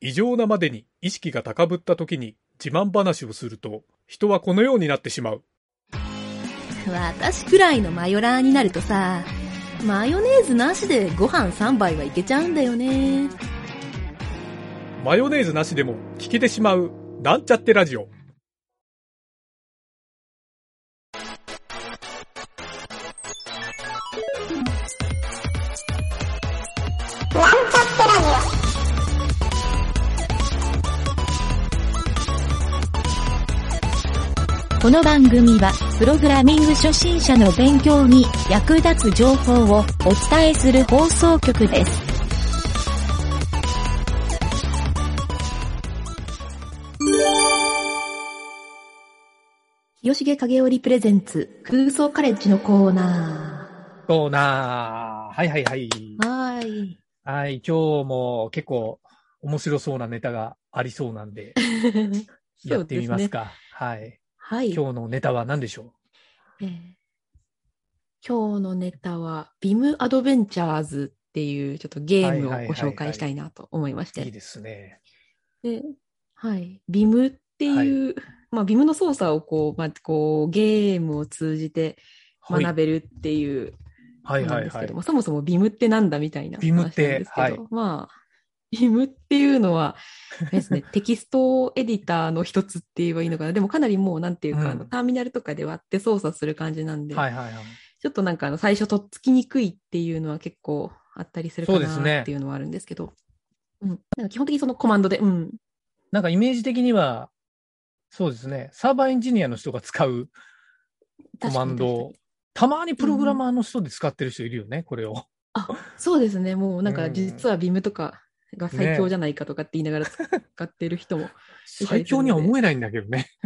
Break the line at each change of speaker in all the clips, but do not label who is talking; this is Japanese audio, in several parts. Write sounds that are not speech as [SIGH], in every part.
異常なまでに意識が高ぶった時に自慢話をすると、人はこのようになってしまう。
私くらいのマヨラーになるとさ、マヨネーズなしでご飯3杯はいけちゃうんだよね。
マヨネーズなしでも聞けてしまう、なんちゃってラジオ。
この番組は、プログラミング初心者の勉強に役立つ情報をお伝えする放送局です。
清重影織プレゼンツ空想カレッジのコーナ
コーナー。はいはいはい。
ー。はー [LAUGHS] い。
はい、今日も結構面白そうなネタがありそうなんで、やってみますか。はい。
はい。
今日のネタは何でしょ
えー今日のネタは、ビムアドベンチャーズっていうちょっとゲームをご紹介したいなと思いまし
ういい
て。
ですね。
で、はい。ビムっていう、まあ、ビムの操作をこう、まあ、こう、ゲームを通じて
はい
学べるっていう
はい
な
は
ん
い
です
は
け
い
ども、。そもそもビムってなんだみたいな
ビムって
話なんですけど、
はい
まあ、ビムっていうのは、あれ
[LAUGHS]
ですね、テキストエディターの一つって言えばいいのかな。でもかなりもう、なんていうか、あ
う
の
ん
ターミナルとかで割って操作する感じなんで、
はいはいはい。
ちょっとなんかあの最初とっつきにくいっていうのは結構あったりするか
そうです
な
ね
っていうのはあるんですけど、うん、なんか基本的にそのコマンドで、うん、
なんかイメージ的には、そうですね。サーバーエンジニアの人が使うコマンドを
確かに確かに、
たまにプログラマーの人で使ってる人いるよね、これを。
そうですね、もうなん
う
か
ん
実はビムとかが最強じゃないかとかって言いながら使ってる人も、 [LAUGHS]
最強には思えないんだけどね。 [LAUGHS]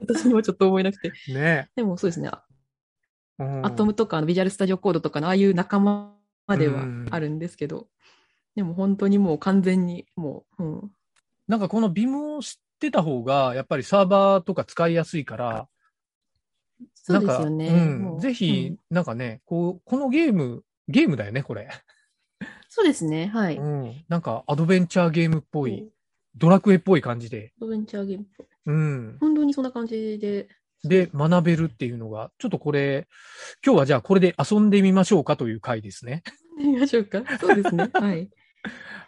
私にはちょっと思えなくて、
ね。
でもそうですね、あ
うん
アトムとかあのビジュアルスタジオコードとかのああいう仲間までは
うん
あるんですけど、でも本当にもう完全にもう、うん、
なんかこのビムを知ってた方が、やっぱりサーバーとか使いやすいから、
そうですよね。
なんか
も
う、
うん
ぜひ、、なんかね、こう、このゲーム、ゲームだよね、これ。
うんそうですね、はい。
うん。なんか、アドベンチャーゲームっぽ
うん
い、ドラクエっぽい感じで、
アドベンチャーゲーム。
うん。
本当にそんな感じで、
で、学べるっていうのが、ちょっとこれ、今日はじゃあこれで遊んでみましょうかという回ですね。
見ましょうか。そうです [LAUGHS] ね。はい。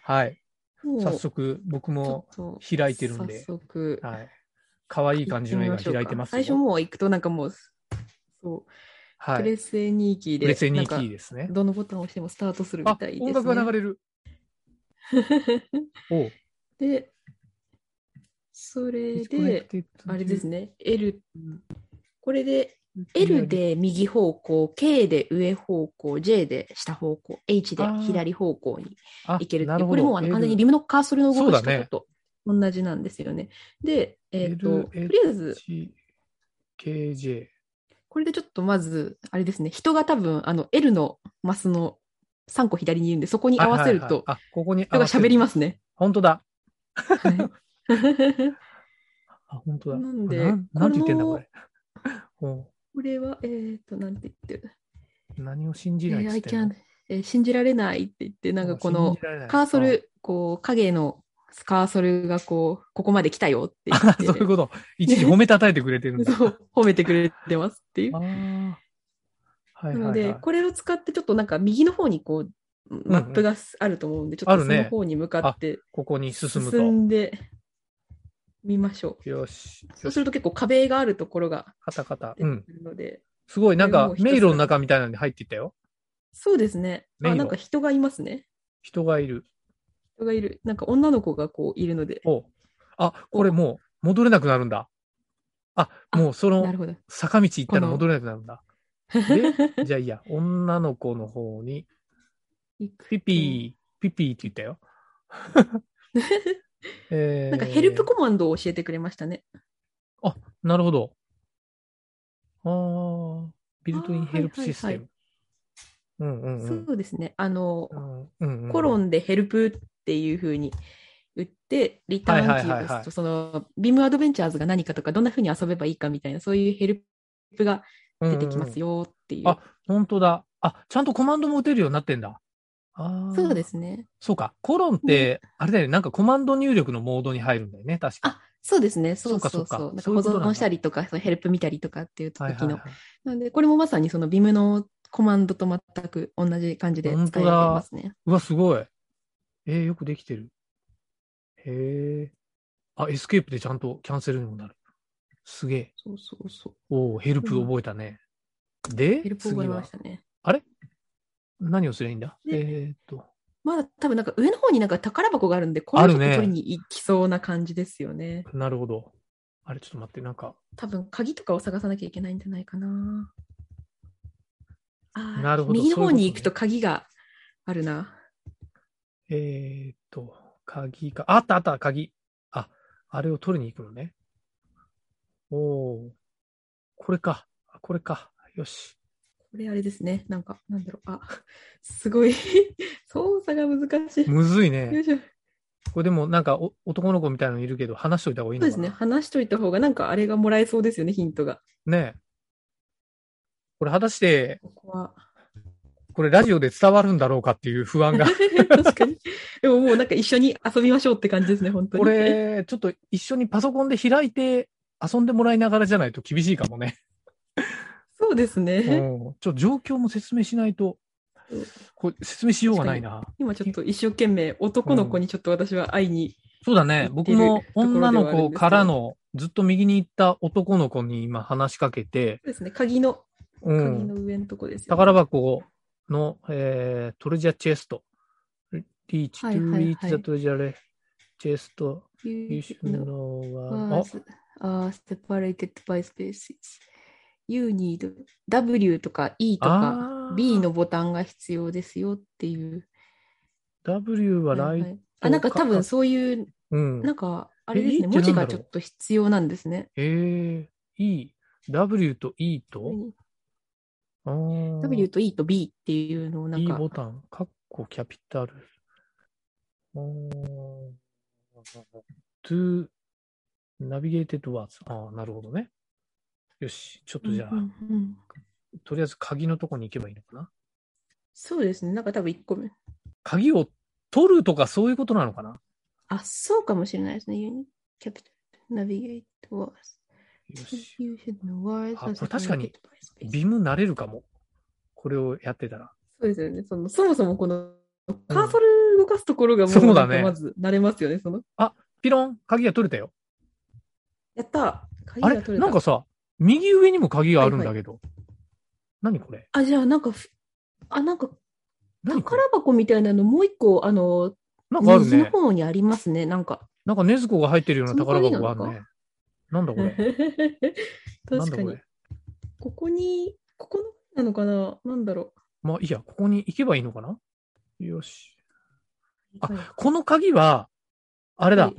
はい。
もう
早、速、僕も
ちょっと
開いてるんで、
早速、
はい。可愛い感じの絵が開いてますよ。
行ってみしょうか最初もう行くとなんかもう、そう、
は
プレ
い。
セニーキー
プ
で、
レセニーキ
なん
ー
か
ですね。
どのボタンを押してもスタートするみ
あ
たいです、、ね。
音楽が流れる。おう
[LAUGHS] で、それで、あれですね、L、これで、L で右方向、K で上方向、J で下方向、H で
あー
左方向に
あ
いけるって
な
いう
ほど
これもうあの完全にビムのカーソルの動
そうだ
かし方
ね
と同じなんですよね。で、えっ、と、と
LH
りあえず、
KJ。
これでちょっとまず、あれですね、人が多分、あの、L のマスの3個左にいるんで、そこに合わせる
はいはい
と、
はいあ、ここに。
人が喋りますすね。
本当だ。
はい [LAUGHS]
あ、本当だ。
なんで
なんなんて言ってんだ、これ。ほ
これは、えっ、と、なんて言ってる。
う何を信じ
え
ない
ー
っ
I
つってんの
can't えー信じられないって言って、なんかこの、、カーソ。ル、こう、影のカーソルがこう、ここまで来たよって言
あ
っ
信じられないあ [LAUGHS]
て
そういうこと。一時褒めたたいてくれてるんだ。
そう褒めてくれてますっていう
あ。ーはいは
なの
いは
で、
い。
これを使って、ちょっとなんか右の方にこう、マップがあると思うんで、ちょっ
ある
とそ
ね
の方に向かって
ここに進む
進んでみましょう。
と。よし。
そ
よ
うす
し。
ると結構壁があるところが
カタカタ。
出
うん。
てくるので、
すごい、なん
こ
か、
れもう一つ
迷路の中みたいなんで入っていったよ。
そうですね。
迷
あ、
路
なんか人がいますね。
人がいる。
人がいる。なんか女の子がこういるので、
おうあ、これもう、戻れなくなるんだ。あ、もう、その
な、るほど。
坂道行ったら
この
戻れなくなるん
[LAUGHS]
だ。で、じゃあいいや、女の子の方に、
行く
ピピー、ピピーって言った
[LAUGHS]
よ。えー
なんかヘルプコマンドを教えてくれましたね。
なるほど。ああ、ビルトインヘルプシステム。うんうんうん。
そうですね。あの、
うんうん
コロ
ン。
ンでヘルプっていう風に打って、リターンキーを
はいはいはい
押
は
す
い
と、その、ビームアドベンチャーズが何かとか、どんな風に遊べばいいかみたいな、そういうヘルプが出てきます
よ。
よっていう。
あ、本当だ。あ、ちゃんとコマンドも打てるようになってんだ。ああ。。
そうですすね。
そうか。コロンって、あれだよね。なんかコマンド入力のモードに入るんだよね。確か。
あそうですね。そうそ
そ
うそうう。
か
なん
そうかそ
か保
ういうことなんだ
存したりとか、そのヘルプ見たりとかっていう時の。
はいはい、はい。
なので、これもまさにそのビムのコマンドと全く同じ感じで使え
本
て
当だ
ますね。
うわ、すごい。えー、よくできてる。へえ。あ、エスケープでちゃんとキャンセルにもなる。すげえ。
そうそうそう。
おお、ヘルプ覚えたね。で、
ヘルプ覚え
次
ま
は
したね。
何をすればいいんだ
で
えーっと。
まだ多分なんか上の方になんか宝箱があるんで、これ
あ
を
る
ちょっと
ね
取りに行きそうな感じですよね。
なるほど。あれ、ちょっと待って、なんか、
多分鍵とかを探さなきゃいけないんじゃないかな。あー
なるほど
右の
そういう
方
ことね
に行くと鍵があるな。
えー、っと、鍵か。あったあった、鍵。あ、あれを取りに行くのね。おお、これか。これか。よし。
これあれですね。なんか、なんだろう。あ、すごい。 [LAUGHS] 操作が難しい。
むずい
よ
ね
い。しょ。
これでも、なんかお、男の子みたいなのいるけど、話しといた方がいい
そう
の
で
かな
すね。話しといた方が、なんかあれがもらえそうですよね、ヒントが。
ねえ。これ果たして、
ここは。
これラジオで伝わるんだろうかっていう不安が。
[LAUGHS] [LAUGHS] 確かに。でももうなんか一緒に遊びましょうって感じですね、本当に。
これ、ちょっと一緒にパソコンで開いて遊んでもらいながらじゃないと厳しいかも
[LAUGHS]
ね。
そうですね。
うん。ちょっと状況も説明しないと
うん、
これ説明しようがないな。
今ちょっと一生懸命男の子にちょっと私は会いに、
そうだね。
言っ
僕
てる
も女の
ところではあるん
子
ですけど
からの、ずっと右に行った男の子に今話しかけて、
そうですね鍵の
う
鍵の
ん。
上のとこですよ、ね
宝箱の、えー、トレジャーチェスト。リーチ、ト
はいはい
ゥ
はい
リーチザトレジャーレチェスト。You should
You
know what- あ
are are separated by spaces. You need W とか E とか
あー
B のボタンが必要ですよっていう。
W はライ、
はいはいあ、なんか多分そういう、
うん。
なんかあれです
え E
ね、
ってな
文
んだろう
字がちょっと必要なんですね。
えー、E、W と E と、あー
W と E と B っていうのをなん
E
か
ボタン、カッコキャピタル。うーん to navigated words。ああ、なるほどね。よし、ちょっとじゃあ、
うんうんうん
とりあえず鍵のとこに行けばいいのかな。
そうですね、なんか多分1個目。
鍵を取るとかそういうことなのかな
あ、そうかもしれないですね。You need capital navigate words.
よし。
You should know words
あ
are
これ確かに
separated by spaces.
ビムなれるかも。これをやってたら。
そうですよね。そのそもそもこのカーソル動かすところがもう
そうだ
なんか
ね
まず慣れますよね。その
ピロン、鍵が取れたよ。
やった鍵
あ
が
れ
取れた
なんかさ、右上にも鍵があるんだけど。何これ
あ、じゃあなんかふ、あ、なんか
何これ
宝箱みたいなのもう一個、あの、
なんかある
右の
ね。
方にありますね。なんか。
なんか禰豆子が入ってるような宝箱があ
そ
る
の鍵
ね。なんだこ
[LAUGHS]
れなんだ
確か
こ
に
れ。
ここに、ここのなのかななんだろ
まあいいや、ここに行けばいいのかなよし。
う。
あ
はい
この鍵は、あれだ、
はい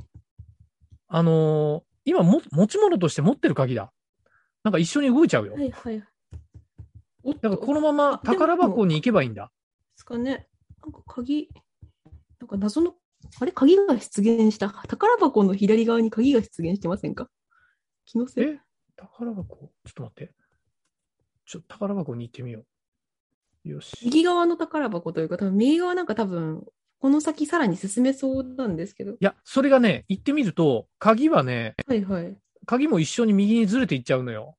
あのー今も持ち物として持ってる鍵だ。なんか一緒に動いちゃうよ。
はいはい。おっ
だ
と、
からこ
こ
のまま宝箱に行けばいいんだ。
ですかね。なんか鍵、なんか謎の、あれ鍵が出現した。宝箱の左側に鍵が出現してませんか気のせい。
え宝箱ちょっと待って。ちょっと宝箱に行ってみよう。よし。
右側の宝箱というか、多分右側なんか多分、この先さらに進めそうなんですけど。
いや、それがね、行ってみると、鍵はね、
はいはい。
鍵も一緒に右にずれていっちゃうのよ。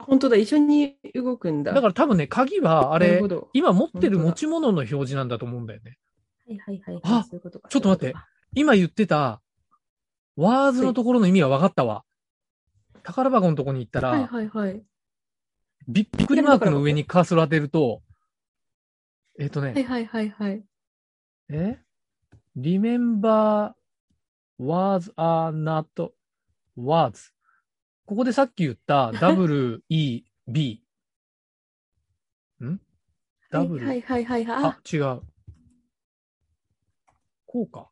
あ本当だ、一緒に動くんだ。
だから多分ね、鍵は、あ
なる
れ
ほ、ど。
今持ってる
本当だ
持ち物の表示なんだと思うんだよね。
はいはいはいはい。
あ
そういうことか
ちょっと待って。今言ってた、ワーズのところの意味が分かったわ。宝箱のとこに行ったら、
はいはいはい。
びびっくりマークの上にカーソル当てると、えっ、とね、
はいはいはいはい。
え ?remember words are not words. ここでさっき言った W, E, B. ん
は
?W,
いはいはいはいはい。
あ
あ、、
違う。こうか。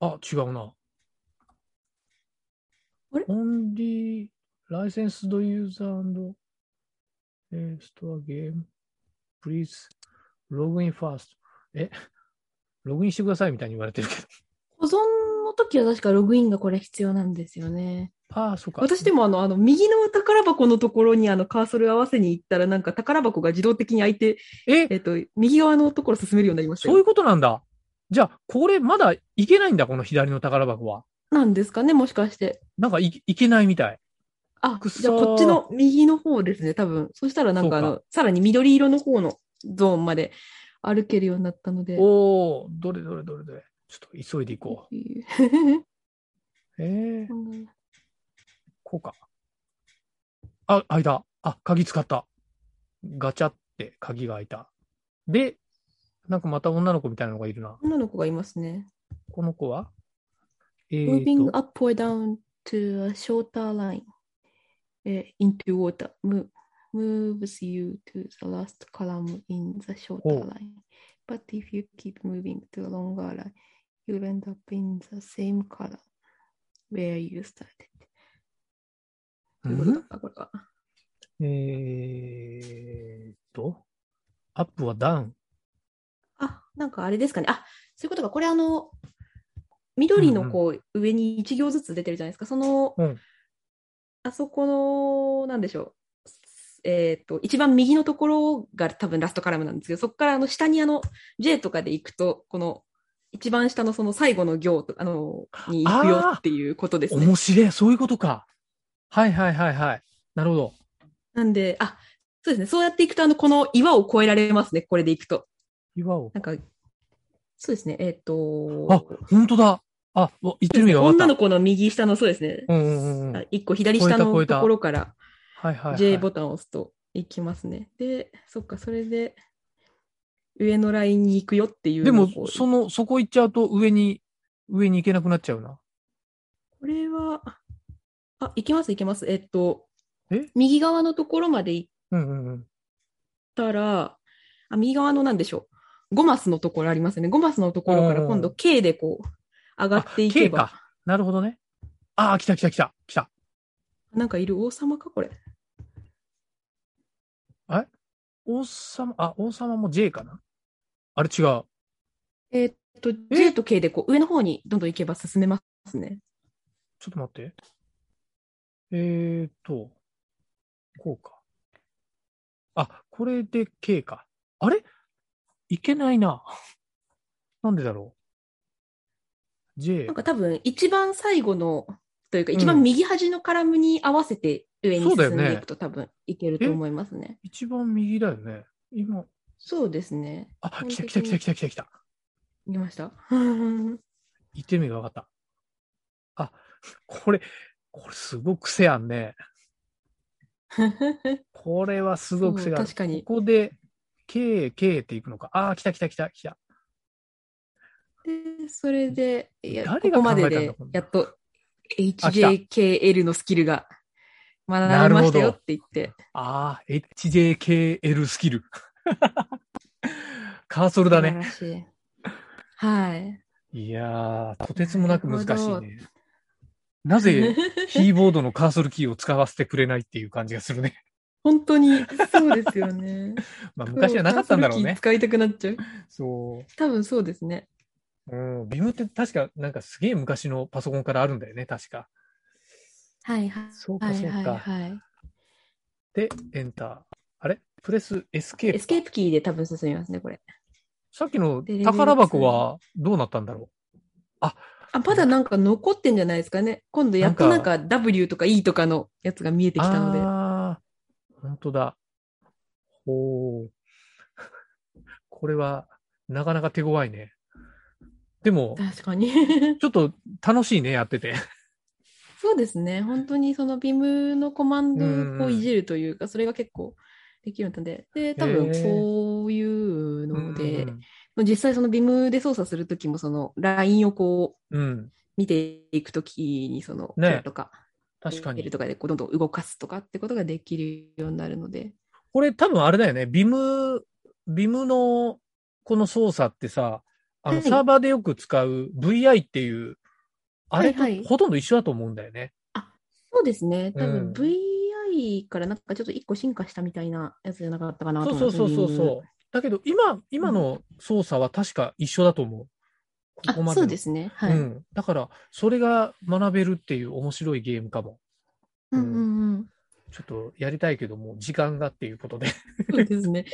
あ、違うな。
あれ
?Only licensed user and eh, store game. Please log in first. え、ログインしてくださいみたいに言われてるけど。 [LAUGHS]
保存の時は確かログインがこれ必要なんですよね。
ああ、そうか。
私でもあの、あの、右の宝箱のところにあの、カーソル合わせに行ったら、なんか宝箱が自動的に開いて、
え、
えっと、右側のところ進めるようになりました
そうい
よ。
うことなんだ。じゃあ、これまだいけないんだ、この左の宝箱は。
なんですかね、もしかして。
なんかいいけないみたい。
あ、
くそー
じゃあこっちの右の方ですね、多分。そしたらなんかあ
そう
の、さらに緑色の方のゾーンまで歩けるようになったので。
おおどれどれどれどれ。ちょっと急いでいこ
っていう [LAUGHS]
う。ええ
うん
こうか。あ、開いた。あ、鍵使った。ガチャって鍵が開いた。で、なんかまた女の子みたいなのがいるな。
女の子がいますね。
この子はえー
Moving
と、
up or down to a shorter line えー into water Mo- moves you to the last column in the shorter
ほう
line. But if you keep moving to a longer line, you'll end up in the same column where you started.
う
ということだ
ん
ったこれは
えーと、アップはダウン。
あ、なんかあれですかね。あ、そういうことか。これあの、緑
うんう
の
ん
こう、上に1行ずつ出てるじゃないですか。その、
うん
あそこの、なんでしょう。えっ、と、一番右のところが多分ラストカラムなんですけど、そこからあの下にあの、J とかで行くと、この、一番下のその最後の行と、あの、に行くよっていうことですね。
面白い。そういうことか。はいはいはいはい。なるほど。
なんで、あ、そうですね。そうやっていくと、あの、この岩を越えられますね。これで行くと。
岩を。
なんか、そうですね。えっ、
あ
と、、
本当だ。あ、わ言ってる意味が分か
女
った。
の子の右下のそうですね。
うんうんうんうん
あ一個左下
超
の
えた
ところから
はいはい、はい。
J ボタンを押すといきますね。で、そっか、それで上のラインに行くよっていう
で
のを
も
こう、
その、そこ行っちゃうと上に、上に行けなくなっちゃうな。
これは、あ、行きます、行きます。えっと
え、
右側のところまで行っ
うんうんうん。
たら、あ右側のなんでしょう、5マスのところありますよね。5マスのところから今
う
度
ん
K でこう、上がっていけ
K
ば、
か。なるほどね。ああ、来た来た来た。来た。
なんかいる王様か、これ。
王様、あ、王様も J かなあれ違う。
えっと、J と K でこう、上の方にどんどん行けば進めますね。
ちょっと待って。えーと、こうか。あ、これで K か。あれいけないな。 [LAUGHS] なんでだろう。J
なん。か多分一番最後のというか
うん
一番右端のカラムに合わせて上に
そうだよ
進ん
ね
でいくと多分いけると思いますね。
一番右だよね。今、
そうですね。
あ、来た来た来た来た来た来た。
見ま [LAUGHS] した。
言ってる意味が分かった。あ、これ、これすごく癖あんね。これはすごく癖がある。
そう確かに
ここで、K、K っていくのか。あー、来た来た来た来た。
でそれでいや
誰
こ
が
こまで
考えたんだ
で
こんな
やっと
あ来た
HJKL のスキルが
なる
学
ほ
びま
ど
したよって言って。
あー、HJKL スキル。 [LAUGHS] カーソルだね。
素晴らしい。はい。
いやー、とてつもなく難しい
なる
ね。なぜ、キーボードのカーソルキーを使わせてくれないっていう感じがするね。
[LAUGHS]
[LAUGHS]
本当にそうですよ [LAUGHS] ね。
まあ、昔はなかったんだろう
カーソルキー
ね。
使いたくなっちゃう。
そう。
多分そうですね。
うん、ビムって確か、なんかすげえ昔のパソコンからあるんだよね、確か。
はいはい。
そう
は
か、
い
そう
はい
か。
はい。
で、エンター。あれプレスエスケープ
エ
か。
スケープキーで多分進みますね、これ。
さっきの
でレベル
宝箱はどうなったんだろ
あ、まだなんか残ってんじゃないですかね。今度やっと
な
なんん
か
か W とか E とかのやつが見えて
う
きたので。
あー、本当だ。ほう。 [LAUGHS] これは、なかなか手強いね。でも、
確かに。 [LAUGHS]
ちょっと楽しいね、やってて。
そうですね。本当にそのビムのコマン
うんうん
ドをいじるというか、それが結構できるようになったんで。で、多
へ
分
ー
こういうので
う、ん
実際そのビムで操作するときもそのラインをこ
う
う
ん、うん。
見ていくときにその、
ね
こうとか、
確か
L
に。
とかでこうどんどん動かすとかってことができるようになるので。
これ多分あれだよね。ビム、ビムのこの操作ってさ、あの
はい
サーバーでよく使う VI っていう、あれと
はいはい
ほとんど一緒だと思うんだよね。
そうですね。多
うん
分 VI からなんかちょっと一個進化したみたいなやつじゃなかったかなと
そう
思
そうそうそうそうう。だけど今、今の操作は確か一緒だと思う。ここま
あ、
で。
そうですね。はい。う
うんん。だから、それが学べるっていう面白いゲームかも。
うんうん。
ちょっとやりたいけども、時間がっていう [LAUGHS] ことで。
そうですね。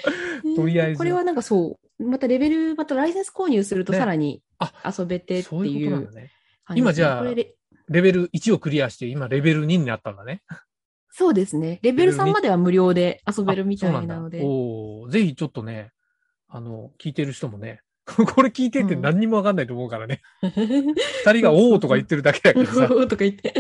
とりあえず
これはなんかそう、またレベル、またライセンス購入すると
ね
さらに
あ
遊べてって
そうい
いう
こと
う
なんだね。
感
今
です
じ
ね
ゃあ
これレ
レベル1をクリアして、今レベル2になったんだね。
そうですね。レベル3までは無料で遊べるみた
あそう
い
んだ
なので。
おーぜひちょっとね、あの、聞いてる人もね、 [LAUGHS] これ聞いてって何にもわかんないと思うからね。
[LAUGHS]
二、人がおおとか言ってるだけだけどさ。
とか言って。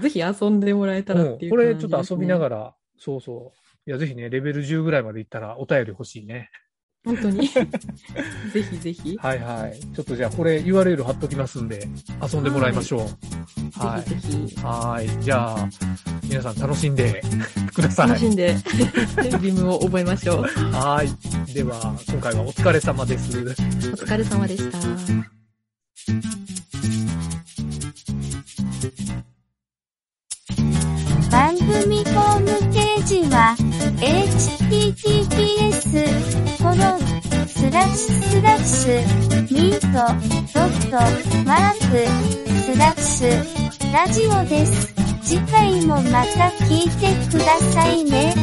ぜひ遊んでもらえたらって
うん
いう
こ
感じですね、
れちょっと遊びながら、そうそう。いや、ぜひね、レベル10ぐらいまでいったらお便り欲しいね。
本
[LAUGHS]
当に。ぜひぜひ。
はいはい。ちょっとじゃあこれ URL 貼っときますんで、遊んでもらいましょう。は
ぜ
い。
ひぜひ。
はい。じゃあ、皆さん楽しんでくださ
楽
い
し。んで、 [LAUGHS] リムを覚えましょう。
はい。では、今回はお疲れ様です。
お疲れ様でした。
番組ホームページは https コロンスラッシュスラッシュミートドットマークスラッシュラジオです。次回もまた聞いてくださいね。